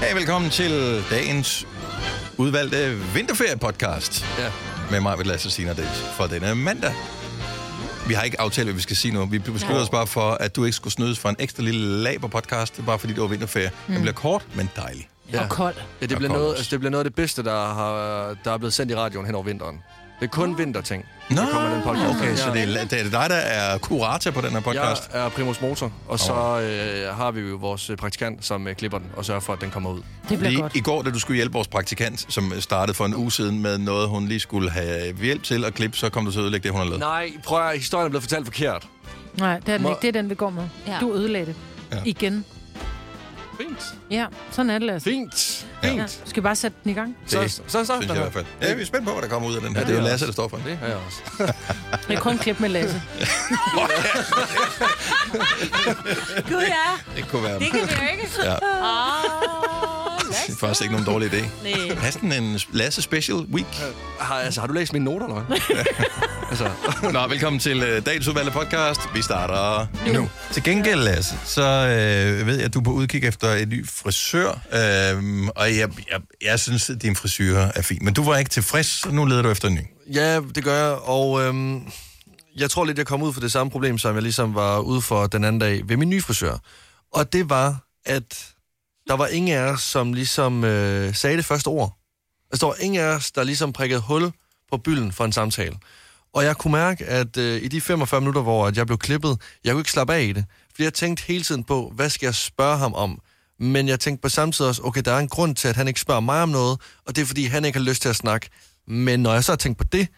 Hej, velkommen til dagens udvalgte vinterferie-podcast. Ja. Med mig, vil Lasse Sina Dels, for denne mandag. Vi har ikke aftalt, hvad vi skal sige nu. Vi besluttede os bare for, at du ikke skulle snydes for en ekstra lille lag på podcast, bare fordi det var vinterferie. Mm. Den bliver kort, men dejlig. Ja. Og kold. Ja, Og det, bliver kold noget, også. altså, det bliver noget af det bedste, der, har, der er blevet sendt i radioen hen over vinteren. Det er kun vinterting. Nå, der kommer i den podcast. okay, så Ja. det er, det er dig, der er kurator på den her Jeg podcast. er Primus Motor, og så øh, har vi jo vores øh, praktikant, som øh, klipper den og sørger for, at den kommer ud. Det bliver Lige godt. i går, da du skulle hjælpe vores praktikant, som startede for en uge siden med noget, hun lige skulle have hjælp til at klippe, så kom du til at ødelægge det, hun har lavet. Nej, prøv at høre, historien er blevet fortalt forkert. Nej, det er den Må- ikke. Det er den, vi går med. Ja. Du ødelagde det. Ja. Igen. Fint. Ja, sådan er det, Lasse. Fint. Ja. Ja. Fint. Skal vi bare sætte den i gang? Så, Det så, så, så Synes jeg i hvert fald. Ja, vi er spændt på, hvad der kommer ud af den her. Ja, det er jo det er Lasse, der står for den. Det har jeg også. Det er kun klip med Lasse. Gud ja, Det kunne være. det kan vi jo ikke. Ja. Ah, Åh, Det er faktisk ikke nogen dårlig idé. Lasse. Have sådan en Lasse Special Week. Har, altså, har du læst mine noter, eller hvad? altså, Nå, velkommen til øh, dagens udvalgte podcast. Vi starter nu. nu. Til gengæld, Lasse, så øh, ved jeg, at du er på udkig efter en ny frisør. Øh, og jeg, jeg, jeg synes, at din frisyr er fin. Men du var ikke tilfreds, så nu leder du efter en ny. ja, det gør jeg, og øhm, jeg tror lidt, jeg kom ud for det samme problem, som jeg ligesom var ude for den anden dag ved min nye frisør. Og det var, at der var ingen af os, som ligesom øh, sagde det første ord. Altså, der var ingen af os, der ligesom prikkede hul på bylden for en samtale. Og jeg kunne mærke, at øh, i de 45 minutter, hvor at jeg blev klippet, jeg kunne ikke slappe af i det. Fordi jeg tænkte hele tiden på, hvad skal jeg spørge ham om? Men jeg tænkte på samtidig også, okay, der er en grund til, at han ikke spørger mig om noget, og det er, fordi han ikke har lyst til at snakke. Men når jeg så har tænkt på det,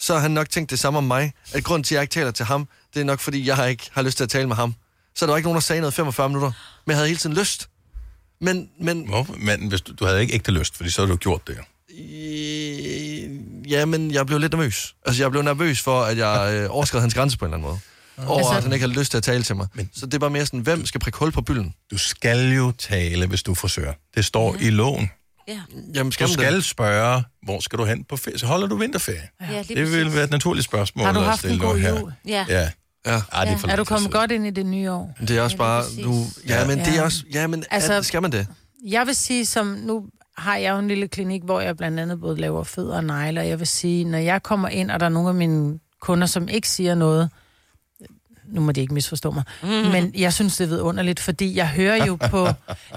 så har han nok tænkt det samme om mig. At grunden til, at jeg ikke taler til ham, det er nok, fordi jeg ikke har lyst til at tale med ham. Så der var ikke nogen, der sagde noget i 45 minutter. Men jeg havde hele tiden lyst. Men, men Hvorfor? Men hvis du, du havde ikke ægte lyst, fordi så havde du gjort det. jo. Øh, ja, men jeg blev lidt nervøs. Altså, jeg blev nervøs for, at jeg øh, overskred hans grænse på en eller anden måde. Og altså, Altså- at han ikke har lyst til at tale til mig. Men, så det er bare mere sådan, hvem skal prikke hul på bylden? Du skal jo tale, hvis du er frisør. Det står i loven. Ja, Jamen, skal Du man skal det? spørge, hvor skal du hen på ferie? Så holder du vinterferie? ja lige Det vil præcis. være et naturligt spørgsmål Har du at haft en stille god nu her. jul? Ja. Ja. Ja. Ej, Ah, det er, Ja. for Er lang du tid kommet siden. godt ind i det nye år? Det er også Ja, bare... lige Nu, præcis. ja, men det er Ja. også... Ja, men altså, Altså- at, skal man det? Jeg vil sige, som nu har jeg jo en lille klinik, hvor jeg blandt andet både laver fødder og negle, og jeg vil sige, når jeg kommer ind, og der er nogle af mine kunder, som ikke siger noget, nu må de ikke misforstå mig, mm. men jeg synes, det er vidunderligt, fordi jeg hører jo på...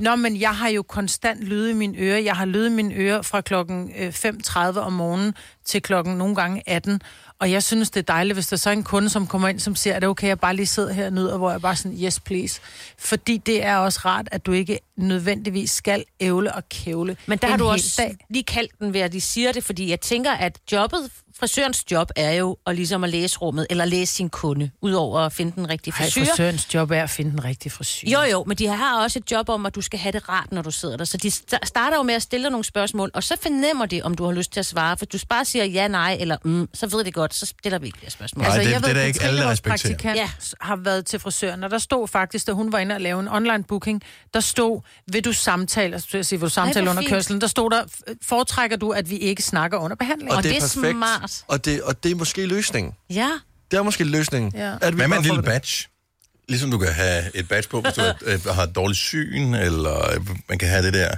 Nå, men jeg har jo konstant lyde i mine ører. Jeg har lyde i mine ører fra klokken øh, 5.30 om morgenen til klokken nogle gange 18. Og jeg synes, det er dejligt, hvis der så er en kunde, som kommer ind, som siger, at det okay, jeg bare lige sidder her og nyder, hvor jeg bare sådan, yes, please. Fordi det er også rart, at du ikke nødvendigvis skal ævle og kævle. Men der en har du hel også Dag. lige kaldt den ved, at de siger det, fordi jeg tænker, at jobbet, frisørens job er jo at ligesom at læse rummet, eller læse sin kunde, udover at finde den rigtige Ej, frisyr. frisørens job er at finde den rigtige frisyr. Jo, jo, men de har også et job om, at du skal have det rart, når du sidder der. Så de sta- starter jo med at stille dig nogle spørgsmål, og så fornemmer de, om du har lyst til at svare. For hvis du bare siger ja, nej eller mm, så ved de godt, så stiller vi ikke flere spørgsmål. Nej, Altså, det- jeg det er der at ikke Katrine, alle, der vores respekterer. praktikant, Ja. har været til frisøren, og der stod faktisk, da hun var inde og lave en online booking, der stod, vil du samtale, altså skulle jeg sige, vil du samtale hvor under fint. kørselen, der stod der, "F- foretrækker du, at vi ikke snakker under behandling? Og det det er perfekt. smart. Og det, og det er måske løsningen. ja, Det er måske løsningen. Ja. At vi Hvad med bare en får lille det. badge? Ligesom du kan have et badge på, hvis du øh, har dårligt syn, eller øh, man kan have det der.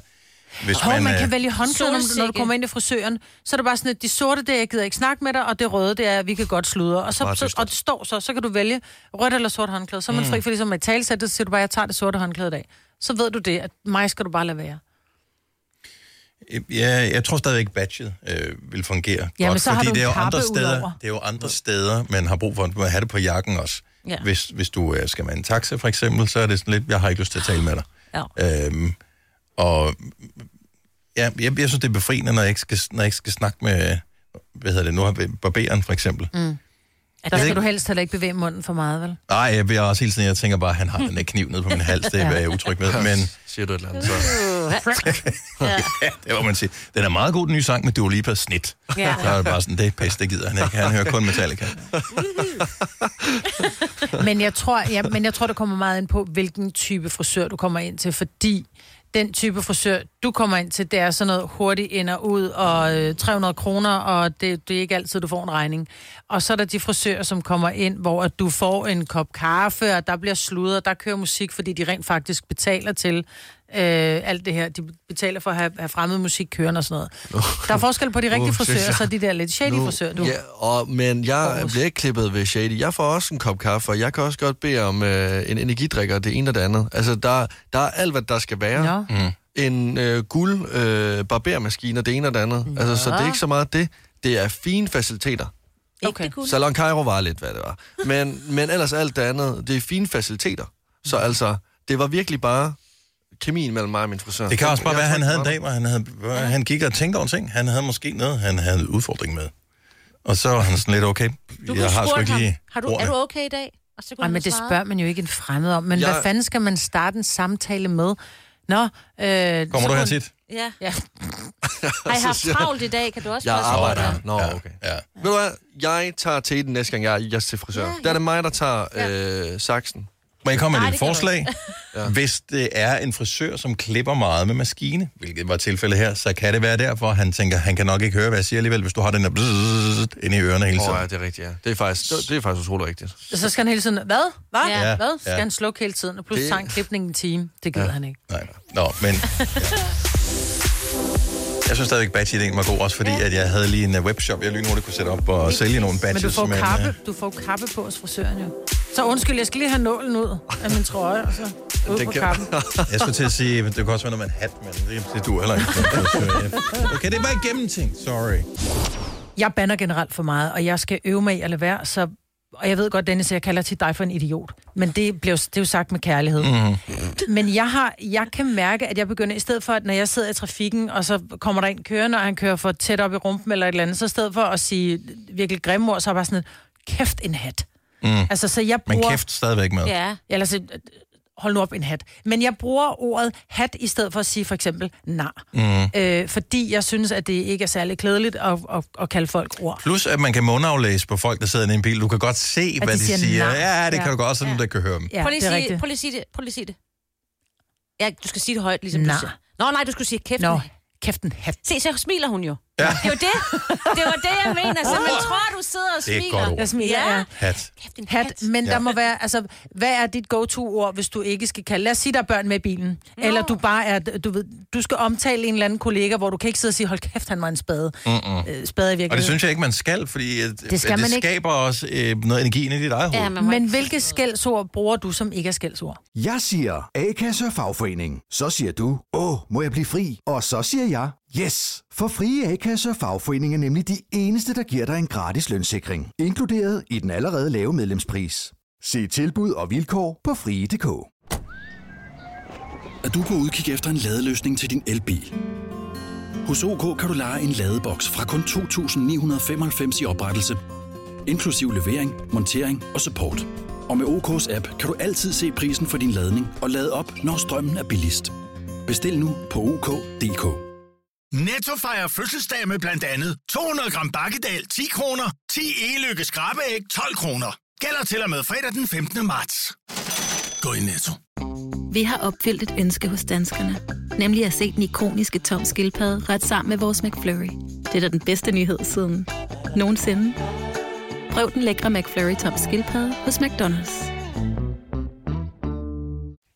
Hvis Hov, man øh, kan vælge håndklæde, når, du- når du Solsikke. kommer ind i frisøren. Så er det bare sådan, at de sorte, det er, jeg gider ikke snakke med dig, og det røde, det er, vi kan godt sludre. Og, så, Meget så, dystert. og det står så, så kan du vælge rødt eller sort håndklæde. Så er man Mm. fri for ligesom med talsættet, så siger du bare, jeg tager det sorte håndklæde i dag. Så ved du det, at mig skal du bare lade være. øh, Ja, jeg tror stadigvæk, at badget øh, vil fungere Jamen, godt, så har fordi du en det er jo kappe andre steder, udover. det er jo andre steder, man har brug for at have det på jakken også. Ja. Hvis, hvis du øh, skal med en taxa, for eksempel, så er det sådan lidt, jeg har ikke lyst til at tale med dig. ja. Øhm, og ja, jeg, jeg synes, det er befriende, når jeg ikke skal, når jeg ikke skal snakke med, hvad hedder det nu, barberen for eksempel. Mm. Der skal ikke- du helst heller ikke bevæge munden for meget, vel? Nej, jeg bliver også hele tiden, jeg tænker bare, han har den der kniv ned på min hals, det er jeg er utryg ved, men Siger du et eller andet, så... ja, det må man sige. Den er meget god, den nye sang med Dua Lipa, Snit. Ja. Så er det bare sådan, det er pest, det gider han ikke, han hører kun Metallica. Men jeg tror, ja, men jeg tror, det kommer meget ind på, hvilken type frisør du kommer ind til, fordi den type frisør, du kommer ind til, det er sådan noget hurtigt ind og ud, og øh, 300 kroner, og det, det er ikke altid, du får en regning. Og så er der de frisører, som kommer ind, hvor at du får en kop kaffe, og der bliver sludret, og der kører musik, fordi de rent faktisk betaler til, øh, alt det her. De betaler for at have, have fremmed musik kørende og sådan noget. Der er forskel på de rigtige Uh, uh, synes frisører, jeg. så de der lidt shady frisører, du. Ja, og, men jeg Aarhus. bliver ikke klippet ved Shady. Jeg får også en kop kaffe, og jeg kan også godt bede om øh, en energidrik og det ene og det andet. Altså, der, der er alt, hvad der skal være. Nå. Mm. En øh, guld øh, barbermaskine og det ene og det andet. Ja. Altså, så det er ikke så meget det. Det er fine faciliteter. Okay. Okay. Ikke det guld. Salon Cairo var lidt, hvad det var. Men, men ellers alt det andet, det er fine faciliteter. Så Mm. altså, det var virkelig bare kemien mellem mig og min frisør. Det kan også bare Jeg være, at tror han ikke, havde en det var dag, hvor han, havde, hvor han gik og tænkte over ting. Han havde måske noget, han havde en udfordring med. Og så var han sådan lidt, okay, Du kunne jeg har sgu spurgt ikke ham, lige har du, er ordene." du okay i dag? Og så kunne Ej, han men have det svaret. spørger man jo ikke en fremmed om. Men Jeg- jeg... hvad fanden skal man starte en samtale med? Nå, øh, Kommer så du her kunne- tit? Ja. Ja, Har I haft travlt i dag? Kan du også Jeg bare spørge arbejder. dig? Nå, ja, okay. Ja. Ved du hvad? Jeg tager teten næste gang, jeg er jeg til frisør. Ja, Ja, ja. Der er det mig, der tager øh, saksen. Må jeg komme med Nej, et det lille kan du forslag? Hvis det er en frisør, som klipper meget med maskine, hvilket var tilfældet her, så kan det være derfor, han tænker, han kan nok ikke høre, hvad jeg siger alligevel, hvis du har den der bzzzt inde i ørerne hele Åh, tiden. ja, det er rigtigt, ja. Det er faktisk, det, det er faktisk utroligt rigtigt. så skal han hele tiden, hvad? Hvad? Ja. Ja. Hvad? Skal Ja. ja. han slukke hele tiden? Og pludselig Det- tager en klipning en time. Det gider ja. han ikke. Nej. Nå, men... Jeg synes stadigvæk, batch-ideen var god, også fordi at jeg havde lige en øh, webshop, jeg lynhurtigt kunne sætte op og sælge nogle Men batches. du får, øh, kappe, du får kappe på hos frisøren jo. Så undskyld, jeg skal lige have nålen ud af min trøje, og så ud Det på kan- kappen. uh, Jeg skulle til at sige, at det kan også være noget med en hat, men det, det du heller ikke. Okay, det var ikke gennemtænkt, sorry. Jeg banner generelt for meget, og jeg skal øve mig i at lade være, så... Og jeg ved godt, Dennis, jeg kalder til dig for en idiot. Men det, blev, det er jo sagt med kærlighed. Mm. Men jeg, har, jeg kan mærke, at jeg begynder, i stedet for, at når jeg sidder i trafikken, og så kommer der en kørende, og han kører for tæt op i rumpen eller et eller andet, så i stedet for at sige virkelig grimme ord, så er jeg bare sådan et, kæft en hat. Mm. Altså, så jeg Men bruger... kæft stadigvæk med. Ja. Eller så, hold nu op en hat. Men jeg bruger ordet hat i stedet for at sige for eksempel nar. Mm. Øh, fordi jeg synes, at det ikke er særlig klædeligt at, at, at kalde folk ord. Plus, at man kan mundaflæse på folk, der sidder inde i en bil. Du kan godt se, hvad de de siger. siger nej. Ja, det kan Ja. du godt, så nogen, der kan høre dem. Ja, Prøv lige det er at sige- rigtigt. prøv lige at sige det. Prøv lige at sige det. Ja, du skal sige det højt, ligesom du Nej. siger. Nå, nej, du skulle sige kæft. Nå, kæft en hat. Se, så smiler hun jo. Ja. Det er jo det. Det var det, jeg mener. Så man tror, du sidder og Det er smiler. et godt ord. Jeg smiler, Ja. ja. Hat. Kæft, din hat. Hat, men ja. der må være, altså, hvad er dit go-to-ord, hvis du ikke skal kalde, lad os sige, der er børn med i bilen, no. eller du bare er, du ved, du skal omtale en eller anden kollega, hvor du kan ikke sidde og sige, hold kæft, han var en spade. Mm-mm. Øh, spade i virkeligheden. Og det synes jeg ikke, man skal, fordi at, det, skal at det man ikke. skaber også øh, noget energi ind i dit eget hoved. Ja, Ja, man må Men ikke- hvilke skældsord bruger du, som ikke er skældsord? Jeg siger A-kasse og fagforening. Så siger du, åh, må jeg blive fri? Og så siger jeg, yes! For frie A-kasse og fagforening er nemlig de eneste, der giver dig en gratis lønssikring. Inkluderet i den allerede lave medlemspris. Se tilbud og vilkår på frie.dk. at du er på udkig efter en ladeløsning til din elbil. Hos OK kan du lege en ladeboks fra kun 2.995 i oprettelse, inklusiv levering, montering og support. Og med OK's app kan du altid se prisen for din ladning og lade op, når strømmen er billigst. Bestil nu på OK.dk. Netto fejrer fødselsdag med blandt andet 200 gram bakkedal 10 kroner, 10 e-lykke skrabeæg 12 kroner. Gælder til og med fredag den 15. marts. Gå i Netto. Vi har opfyldt et ønske hos danskerne. Nemlig at se den ikoniske tom skildpadde ret sammen med vores McFlurry. Det er da den bedste nyhed siden nogensinde. Prøv den lækre McFlurry tom skildpadde hos McDonald's.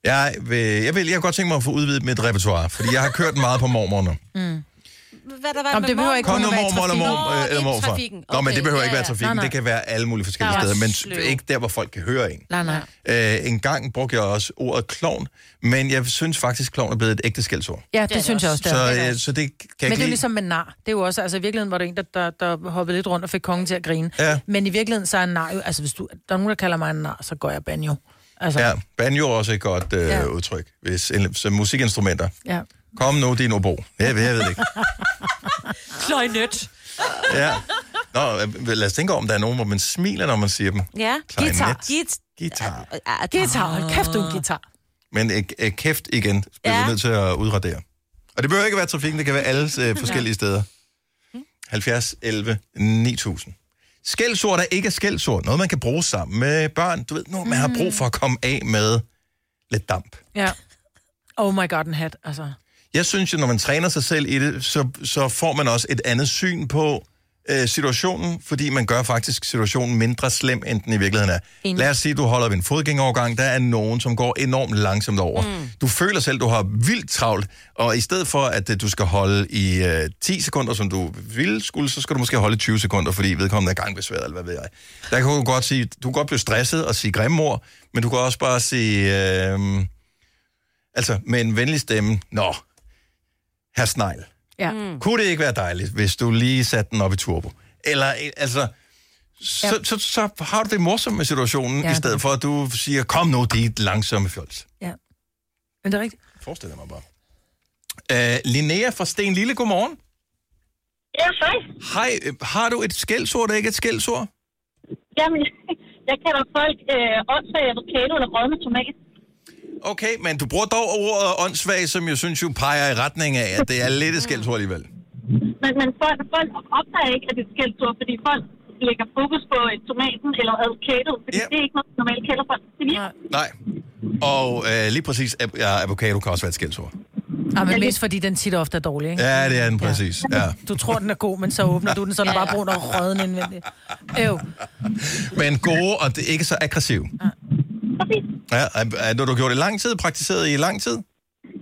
Jeg, vil, jeg, vil, jeg har godt tænke mig at få udvidet mit repertoire, fordi jeg har kørt meget på mormor nu. Hvad der var Nå, med det behøver ikke Kom kun nu, at være i mormor eller mor, øh, trafikken. Nå, det er eller i morfar. trafikken. Nå, men Okay, det behøver ja, ikke være ja. trafikken. Nej, nej. Det kan være alle mulige forskellige Der er steder, men sløv. ikke der, hvor folk kan høre en. Nej, nej. Øh, en gang brugte jeg også ordet klovn, men jeg synes faktisk, klovn er blevet et ægte skældsord. Ja, det, er det det synes jeg også, også. det er. Så, øh, så det kan jeg Men ikke det er jo lide. ligesom med nar. Det er jo også, altså i virkeligheden var der en, der, der, der hoppede lidt rundt og fik kongen til at grine. Ja. Men i virkeligheden, så er en nar jo, altså hvis du, der er nogen, der kalder mig en nar, så går jeg banjo. Altså, Ja, banjo er også et godt øh, ja. Ja. udtryk. Hvis, en- som musikinstrumenter. ja. Kom nu, din obo. Jeg, jeg ved det ikke. Kløjnet. Ja. Nå, øh, lad os tænke over, om der er nogen, hvor man smiler, når man siger dem. Ja. Klarinet. Guitar. Guitar. Guitar. Ah, Guitar, hold kæft, du er en guitar. Men øh, øh, kæft igen, bliver ja. Ja. vi nødt til at udradere. Og det behøver ikke at være trafikken, det kan være alle øh, forskellige steder. 70, 11, 9000. Skældsord er ikke skældsord. Noget, man kan bruge sammen med børn. Du ved, når man har brug for at komme af med lidt damp. Ja. Oh my god, en hat, altså. Jeg synes jo, når man træner sig selv i det, så, så får man også et andet syn på, øh, situationen, fordi man gør faktisk situationen mindre slem, end den i virkeligheden er. Enig. Lad os sige, du holder ved en fodgængerovergang, der er nogen, som går enormt langsomt over. Mm. Du føler selv, du har vildt travlt, og i stedet for, at øh, du skal holde i øh, 10 sekunder, som du ville skulle, så skal du måske holde i 20 sekunder, fordi vedkommende er gangbesværet, eller hvad ved jeg. Der kan du godt sige, du kan godt blive stresset og sige grimme ord, men du kan også bare sige, øh, altså med en venlig stemme, nå, herr Snegl. Ja. Mm. Kunne det ikke være dejligt, hvis du lige satte den op i turbo? Eller, øh, altså, så, ja. så, så, så har du det morsomt med situationen, ja. Ja. i stedet for at du siger, kom nu, dit langsomme fjols. Ja. Men det er rigtigt. Forestil dig mig bare. Øh, Linnea fra Sten Lille, godmorgen. Ja, hej. Hej, øh, har du et skældsord, der ikke er et skældsord? Jamen, jeg kalder folk øh, åndssvage avocado eller rødme tomat. Okay, men du bruger dog ordet åndssvag, som jeg synes jo peger i retning af, at det er lidt et skældsord alligevel. Men, men folk, folk opdager ikke, at det er et skældsord, fordi folk lægger fokus på øh, tomaten eller avocado, fordi Ja. det er ikke noget, man normalt kalder folk. Det er Nej. Nej. Og øh, lige præcis, ab- ja, avocado kan også være et skældsord. Ah, men mest fordi den tit og ofte er dårlig, ikke? Ja, det er den præcis. Ja. Du tror, den er god, men så åbner du den, så er den bare brun og rødden indvendig. Øv. Men gode, og det er ikke så aggressiv. præcis. Ja, er- er- når du har gjort det i lang tid, praktiseret i lang tid?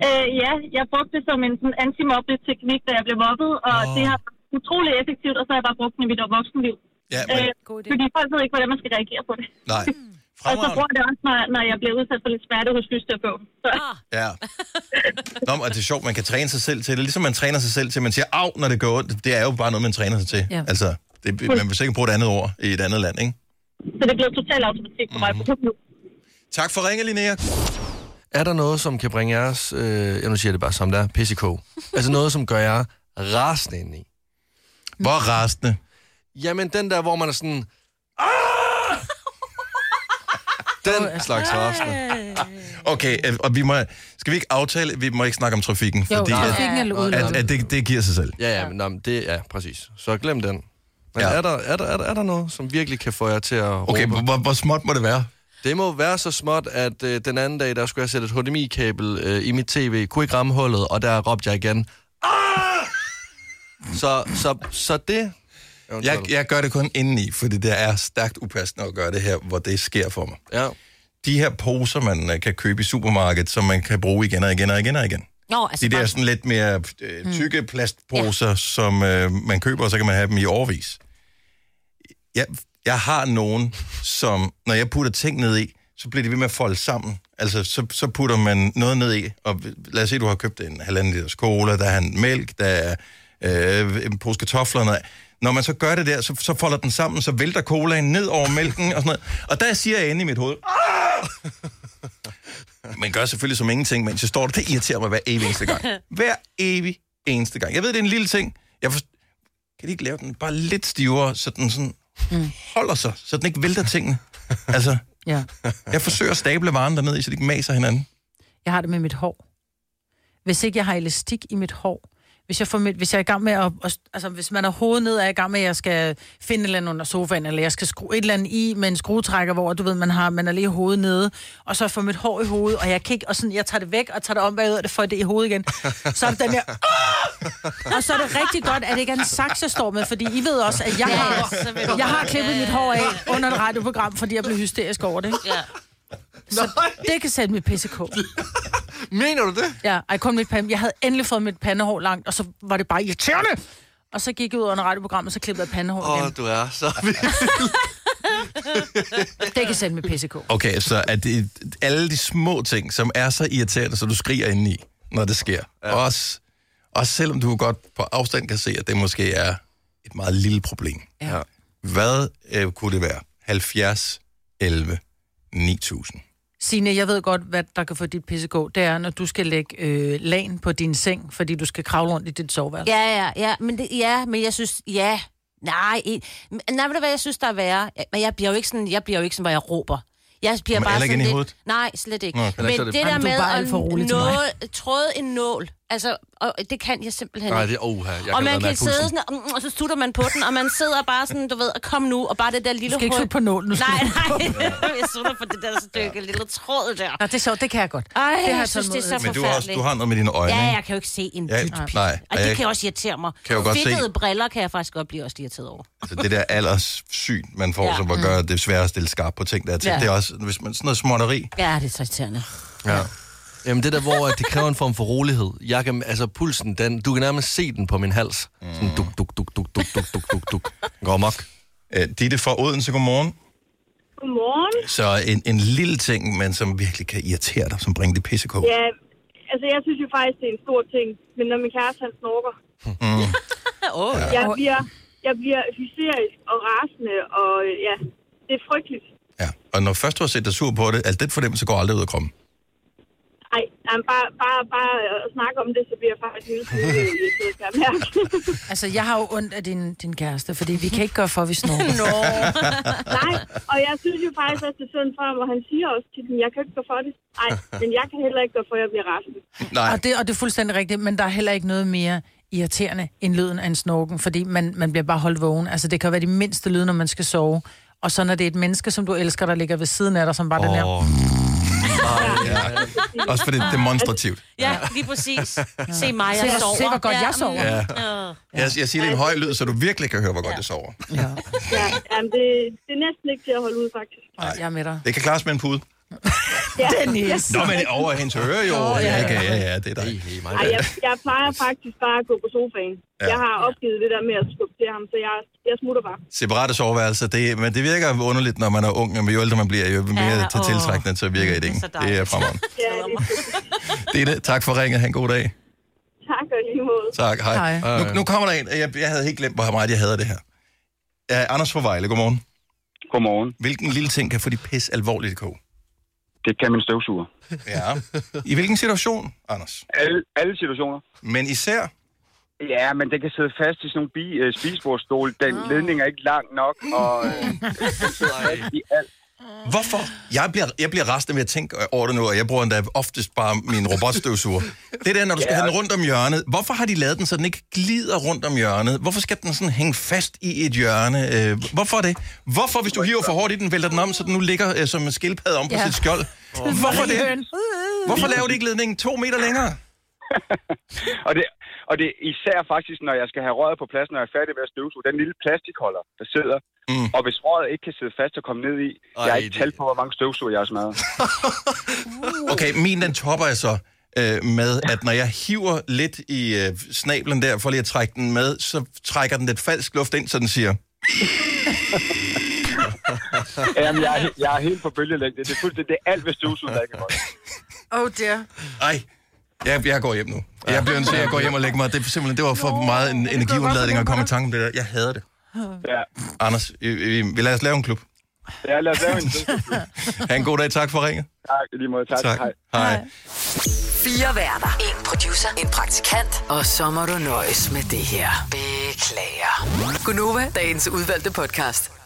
Øh, ja, jeg brugte det som en sådan antimobbe-teknik, da jeg blev mobbet, og oh. det har været utrolig effektivt, og så har jeg bare brugt den i mit voksenliv. Ja, men, Øh, God idé. fordi folk ved ikke, hvordan man skal reagere på det. nej. Og så Fremragende. bruger jeg det også, når, når jeg bliver udsat for lidt smerte hos fysioterapeuten. Så, Ah. Ja. Nå, men det er sjovt, man kan træne sig selv til det. Ligesom man træner sig selv til, at man siger, af, når det gør ondt. Det er jo bare noget, man træner sig til. Ja. Altså, det, man vil sikkert bruge et andet ord i et andet land, ikke? så det blev total automatik for mig. Mm. Tak for ringe, Linnea. Er der noget, som kan bringe jeres, øh, jeg nu siger jeg det bare som der, PCK? Altså noget, som gør jer rasende indeni? Hvor rasende. Jamen den der, hvor man er sådan... "Ah!" Den slags rasende. Okay, øh, og vi må, skal vi ikke aftale, vi må ikke snakke om trafikken, Jo, fordi at, trafikken er at, udelukket. at det, det giver sig selv. Ja, ja, men nå, men det er ja, præcis. Så glem den. Men Ja. ja. er, der, er, der, er, der, er der noget, som virkelig kan få jer til at råbe? Okay, hvor, hvor- hvor småt må det være? Det må være så småt, at øh, den anden dag, der skulle jeg sætte et HDMI-kabel øh, i mit tv, kunne ikke ramme hullet, og der råbte jeg igen. Ah! Så, så, så det... Jeg, jeg gør det kun indeni, fordi det er stærkt upassende at gøre det her, hvor det sker for mig. Ja. De her poser, man øh, kan købe i supermarkedet, som man kan bruge igen og igen og igen og igen. Nå, altså, De der bare- Mm. sådan lidt mere øh, tykke plastposer, som øh, man køber, og så kan man have dem i årvis. Jeg, jeg har nogen, som når jeg putter ting ned i, så bliver det ved med at folde sammen. Altså, så, så putter man noget ned i, og lad os sige, du har købt en halvanden liter cola, der er en mælk, der er øh, en pose kartofler og noget. Når man så gør det der, så, så folder den sammen, så vælter colaen ned over mælken og sådan noget. Og der siger jeg inde i mit hoved, man gør selvfølgelig som ingenting, men så står det, det irriterer mig hver evig eneste gang. Hver evig eneste gang. Jeg ved, det er en lille ting. Jeg forst... Kan de ikke lave den bare lidt stivere, så den sådan Hmm. holder sig, så den ikke vælter tingene? Altså, Ja. jeg forsøger at stable varen dernede, i, så de ikke maser hinanden. Jeg har det med mit hår. Hvis ikke jeg har elastik i mit hår, hvis jeg, får mit, hvis jeg er i gang med at, at- altså hvis man er hovedet ned, er jeg i gang med, at jeg skal finde et eller andet under sofaen, eller jeg skal skrue et eller andet i med en skruetrækker, hvor du ved, man har, man er lige hovedet nede, og så får mit hår i hovedet, og jeg kan ikke, og sådan, jeg tager det væk, og tager det om bagud, og det får det i hovedet igen. Så er det den der, "Åh!" og så er det rigtig godt, at det ikke er en saks, jeg står med, fordi I ved også, at jeg Ja, har, så vil du jeg har godt. klippet mit hår af under et radioprogram, fordi jeg blev hysterisk over det. ikke? Ja. Det kan sætte mit PCK. Mener du det? Ja, ej, kun mit pande. Jeg havde endelig fået mit pandehår langt, og så var det bare irriterende. Og så gik jeg ud under radioprogrammet, og så klippede jeg pandehår Åh, oh. oh, igen. du er så... Det kan sætte med PCK. Okay, så er det alle de små ting, som er så irriterende, så du skriger indeni, når det sker. Ja. Også, også selvom du godt på afstand kan se, at det måske er et meget lille problem. Ja. Hvad øh, kunne det være? 70, 11, 9000. Signe, jeg ved godt, hvad der kan få dit PCK. Det er, når du skal lægge øh, lagen på din seng, fordi du skal kravle rundt i dit soveværelse. Ja. Ja, ja, ja, men, det, ja, men jeg synes, ja, nej, i- men- nej, ved du hvad, jeg synes, der er værre, men jeg bliver jo ikke sådan, jeg bliver jo ikke sådan, hvor jeg råber. Jeg bliver Men bare heller ikke sådan ind i lidt, hovedet? Nej, slet ikke. Nå, Nå, heller men så er det det- der Jamen, du er bare alt for med rolig at til mig. noget, tråde en nål, Altså, og det kan jeg simpelthen Nej, ikke. det er oha. Jeg og allerede man kan mærke sidde pulsen. sådan, mm, og så sutter man på den, og man sidder bare sådan, du ved, og kom nu, og bare det der lille Du skal ikke hul. sutte på nålen, du skal Nej, sutte på nej, jeg sutter på det der stykke ja. lille tråd der. Nå, det er sjovt, det kan jeg godt. Ej, har det jeg jeg synes, det er så tålmodighed Men du forfærdeligt. har, også, du har noget med dine øjne, Ja, ikke? jeg kan jo ikke se en Ja, dyt. nej. Og Og jeg- det kan også irritere mig. Kan jeg jo godt se. Fedtede briller kan jeg faktisk godt blive også irriteret over. Altså, det der alderssyn, man får, ja. Ja. Mm. som at gøre det svære at stille skarp på ting, der er til. Ja. Ja. Det er også, hvis man sådan noget småtteri. Ja, det er så irriterende. Ja. Jamen det der, hvor at det kræver en form for rolighed. Jeg kan, altså pulsen, den, du kan nærmest se den på min hals. Sådan duk, duk, duk, duk, duk, duk, duk, duk, duk. Den Går mok. Øh, Ditte fra Odense, godmorgen. Godmorgen. Så en, en lille ting, men som virkelig kan irritere dig, som bringer det pissekog. Ja, altså jeg synes jo faktisk, det er en stor ting, men når min kæreste han snorker, Åh, ja. jeg bliver, jeg bliver hysterisk og rasende, og øh, ja, det er frygteligt. Ja. Og når først du har set dig sur på det, altså den fornemmelse går aldrig ud af kroppen. Ej, nej, men bare, bare, bare øh, at snakke om det, så bliver jeg faktisk hele tiden øh, irriteret, kan jeg mærke. Altså, jeg har jo ondt af din, din kæreste, fordi vi kan ikke gøre for, at vi snorker. Nå. Nej, og jeg synes jo faktisk, at det er synd for ham, og han siger også til dem, jeg kan ikke gå for det. Nej, men jeg kan heller ikke gå for, at jeg bliver rasende. Nej, Og det, og det er fuldstændig rigtigt, men der er heller ikke noget mere irriterende end lyden af en snorken, fordi man, man bliver bare holdt vågen. Altså, det kan være de mindste lyde, når man skal sove. Og så når det er et menneske, som du elsker, der ligger ved siden af dig, som bare oh. den her... Åh, også fordi det er demonstrativt. ja, lige præcis. Se mig, jeg Se, hvor- sover. se, hvor godt jeg mm, sover. øh. Jeg, jeg siger det i en høj lyd, så du virkelig kan høre, hvor godt det sover. Ja, jamen, det, det er næsten ikke til at holde ud, faktisk. Ej, jeg er med dig. Det kan klares med en pude. Dennis! Nå, men over hendes øre jo. Nå, ja, ja, ja, ja, ja, det er dig. hey, Ej, mig. jeg, jeg plejer faktisk bare at gå på sofaen. Ja. Ja. Jeg har opgivet det der med at skubbe til ham, så jeg, jeg smutter bare. Separate soveværelser, det, men det virker underligt, når man er ung, men jo ældre man bliver, jo mere Ja, ja, til åh. tiltrækkende, så virker det ikke. så Det dejligt. er fremragende. Ja, det er, fedt. Det er det. Tak for ringet. Ha' en god dag. tak og i lige måde. Tak. Hej. Hej. Nu, nu kommer der en. Jeg, jeg havde helt glemt, hvor meget jeg hader det her. Uh, Anders fra Vejle, godmorgen. Godmorgen. Hvilken lille ting kan få dit pis alvorligt i kog? Det kan min støvsuger. Ja. I hvilken situation, Anders? Alle, alle situationer. Men især, Ja, men den kan sidde fast i sådan nogle bi, øh, spisbordstol. Den oh. ledning er ikke lang nok, og øh, den sidder fast i alt. hvorfor? Jeg bliver, jeg bliver rastet med at tænke over det nu, og jeg bruger endda oftest bare min robotstøvsuger. Det der, når du skal Ja. have den rundt om hjørnet. Hvorfor har de lavet den, så den ikke glider rundt om hjørnet? Hvorfor skal den sådan hænge fast i et hjørne? Øh, hvorfor det? Hvorfor, hvis du hiver for hårdt i den, vælter den om, så den nu ligger øh, som en skildpadde om på Ja. sit skjold? Hvorfor det? Hvorfor laver de ikke ledningen to meter længere? Og det, og det er især faktisk, når jeg skal have røret på plads, når jeg er færdig med at støvsuge. Den lille plastikholder, der sidder. Mm. Mm. Og hvis røret ikke kan sidde fast og komme ned i, Ej, jeg har Ej, ikke det- talt på, hvor mange støvsuger jeg har smadret. Okay, min den topper jeg så øh, med, at når jeg hiver lidt i øh, snablen der, for lige at trække den med, så trækker den lidt falsk luft ind, så den siger, Jamen, jeg, er, he- jeg er helt på bølgelængde. Det er fuldstændig det er alt ved støvsuger, der ikke er godt. Oh dear. ej, jeg, jeg går hjem nu. Jeg bliver nødt til at gå hjem og lægge mig. Det, er simpelthen, det var for Nå, meget en energiudladning at komme i tanke om det der. Jeg hader det. Ja. Anders, øh, øh, vi lader os lave en klub. ja, lad os lave en støvsuger. Ha' en god dag. Tak for ringet. Tak, i lige måde. Tak. Tak. Hej. Hej. Fire værter. En producer. En praktikant. Og så må du nøjes med det her. Beklager. Gunova, dagens udvalgte podcast.